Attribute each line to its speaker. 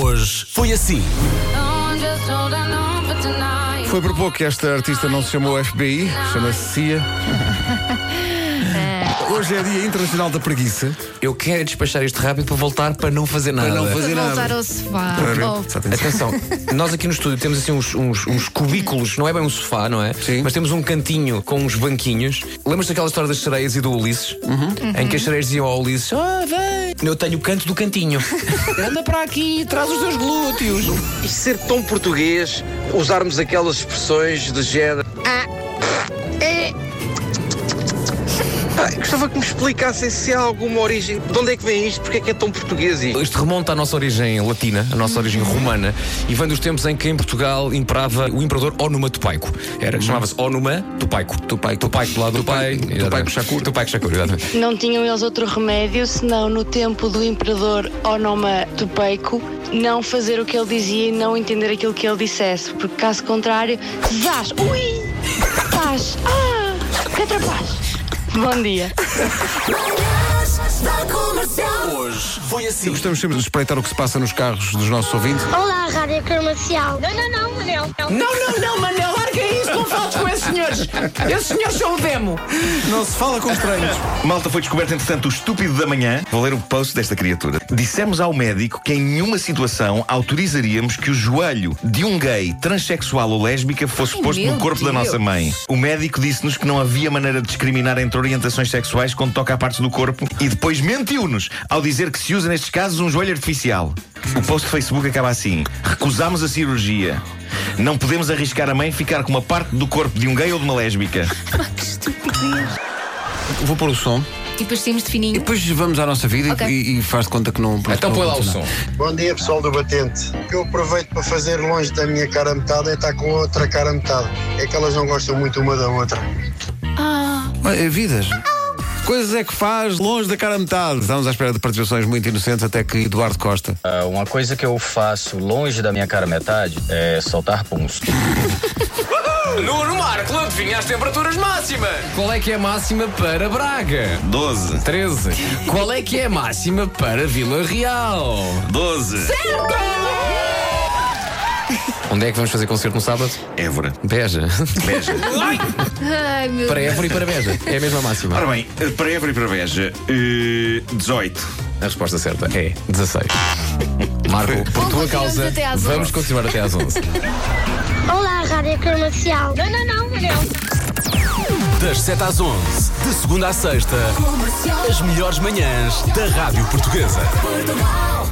Speaker 1: Hoje foi assim.
Speaker 2: Foi por pouco que esta artista não se chamou FBI, chama-se CIA. Hoje é Dia Internacional da Preguiça.
Speaker 1: Eu quero é despachar isto rápido para voltar para não fazer nada.
Speaker 2: não
Speaker 3: Para
Speaker 2: fazer- nada.
Speaker 3: voltar ao sofá.
Speaker 2: Para ver,
Speaker 3: Oh,
Speaker 2: só tem-
Speaker 1: Atenção, nós aqui no estúdio temos assim uns, uns- uns cubículos, não é bem um sofá, não é?
Speaker 2: Sim.
Speaker 1: Mas temos um cantinho com uns banquinhos. Lembras daquela história das sereias e do Ulisses? Em que as sereias diziam ao Ulisses: Ah, vem! Eu tenho o canto do cantinho. Anda para aqui, traz os teus glúteos.
Speaker 4: E ser tão português, usarmos aquelas expressões de género. "Ah, é." Pá, Gostava que me explicassem se há alguma origem. De onde é que vem isto? Porque é que é tão português isto?
Speaker 1: Isto remonta à nossa origem latina, à nossa origem romana, e vem dos tempos em que em Portugal imperava o imperador Onuma Tupaico. Era, chamava-se Onuma Tupaico. Uhum. Tupaico. Tupaico do lado do pai. Tupaico Shakur. Tupaico Shakur, exatamente.
Speaker 5: Não tinham eles outro remédio senão no tempo do imperador Onoma Tupeico não fazer o que ele dizia e não entender aquilo que ele dissesse, porque caso contrário, zás, ui, paz, ah, catrapaz. Bom dia.
Speaker 6: Manhãs da comercial.
Speaker 2: Gostamos sempre de espreitar o que se passa nos carros dos nossos ouvintes.
Speaker 7: Olá, Rádio Comercial. Não, não, não, Manel.
Speaker 8: Não, não, não, Manel, larga isso, não fales com esses senhores. Esses senhores são o demo.
Speaker 2: Não se fala com estranhos.
Speaker 9: Malta Então foi descoberto, entretanto, o estúpido da manhã. Vou ler o post desta criatura. Dissemos ao médico que em nenhuma situação autorizaríamos que o joelho de um gay, transexual ou lésbica fosse
Speaker 8: Ai,
Speaker 9: posto
Speaker 8: meu
Speaker 9: no corpo da
Speaker 8: Deus.
Speaker 9: nossa mãe. O médico disse-nos que não havia maneira de discriminar entre orientações sexuais quando toca a partes do corpo e depois mentiu-nos ao dizer que se usa nestes casos um joelho artificial. O post de Facebook acaba assim: recusámos a cirurgia. Não podemos arriscar a mãe ficar com uma parte do corpo de um gay ou de uma lésbica.
Speaker 2: Vou pôr o som.
Speaker 3: E depois temos de
Speaker 2: E
Speaker 3: fininho.
Speaker 2: depois vamos à nossa vida e-
Speaker 3: Ok.
Speaker 2: e, e faz de conta que não.
Speaker 1: Então
Speaker 2: não
Speaker 1: põe lá o
Speaker 2: aconteceu
Speaker 1: som.
Speaker 10: Bom dia pessoal do Batente. O que eu aproveito para fazer longe da minha cara a metade é estar com a outra cara a metade. É que elas não gostam muito uma da outra.
Speaker 2: nada. É vidas. Coisas é que faz longe da cara a metade. Estamos à espera de participações muito inocentes até que Eduardo Costa.
Speaker 4: uma coisa que eu faço longe da minha cara metade é soltar punhos.
Speaker 1: Nuno Marco, adivinha as temperaturas máximas. Qual é que é a máxima para Braga?
Speaker 9: 12,
Speaker 1: 13. Qual é que é a máxima para Vila Real?
Speaker 9: 12.
Speaker 1: Onde é que vamos fazer concerto no sábado?
Speaker 9: Évora.
Speaker 1: Beja.
Speaker 9: Beja.
Speaker 3: Ai, meu
Speaker 1: Para Évora e para Beja. É a mesma máxima.
Speaker 9: Ora bem, eh, para Évora e para Beja, eh, 18.
Speaker 1: A resposta certa é 16. Marco, por
Speaker 3: Bom,
Speaker 1: tua
Speaker 3: continuamos
Speaker 1: causa,
Speaker 3: até às
Speaker 1: vamos
Speaker 3: 11.
Speaker 1: continuar até às 11.
Speaker 7: Olá, Rádio Comercial. Não, não, não, Manel.
Speaker 11: Das 7 às 11, de segunda à sexta, as melhores manhãs da Rádio Portuguesa.
Speaker 6: Portugal.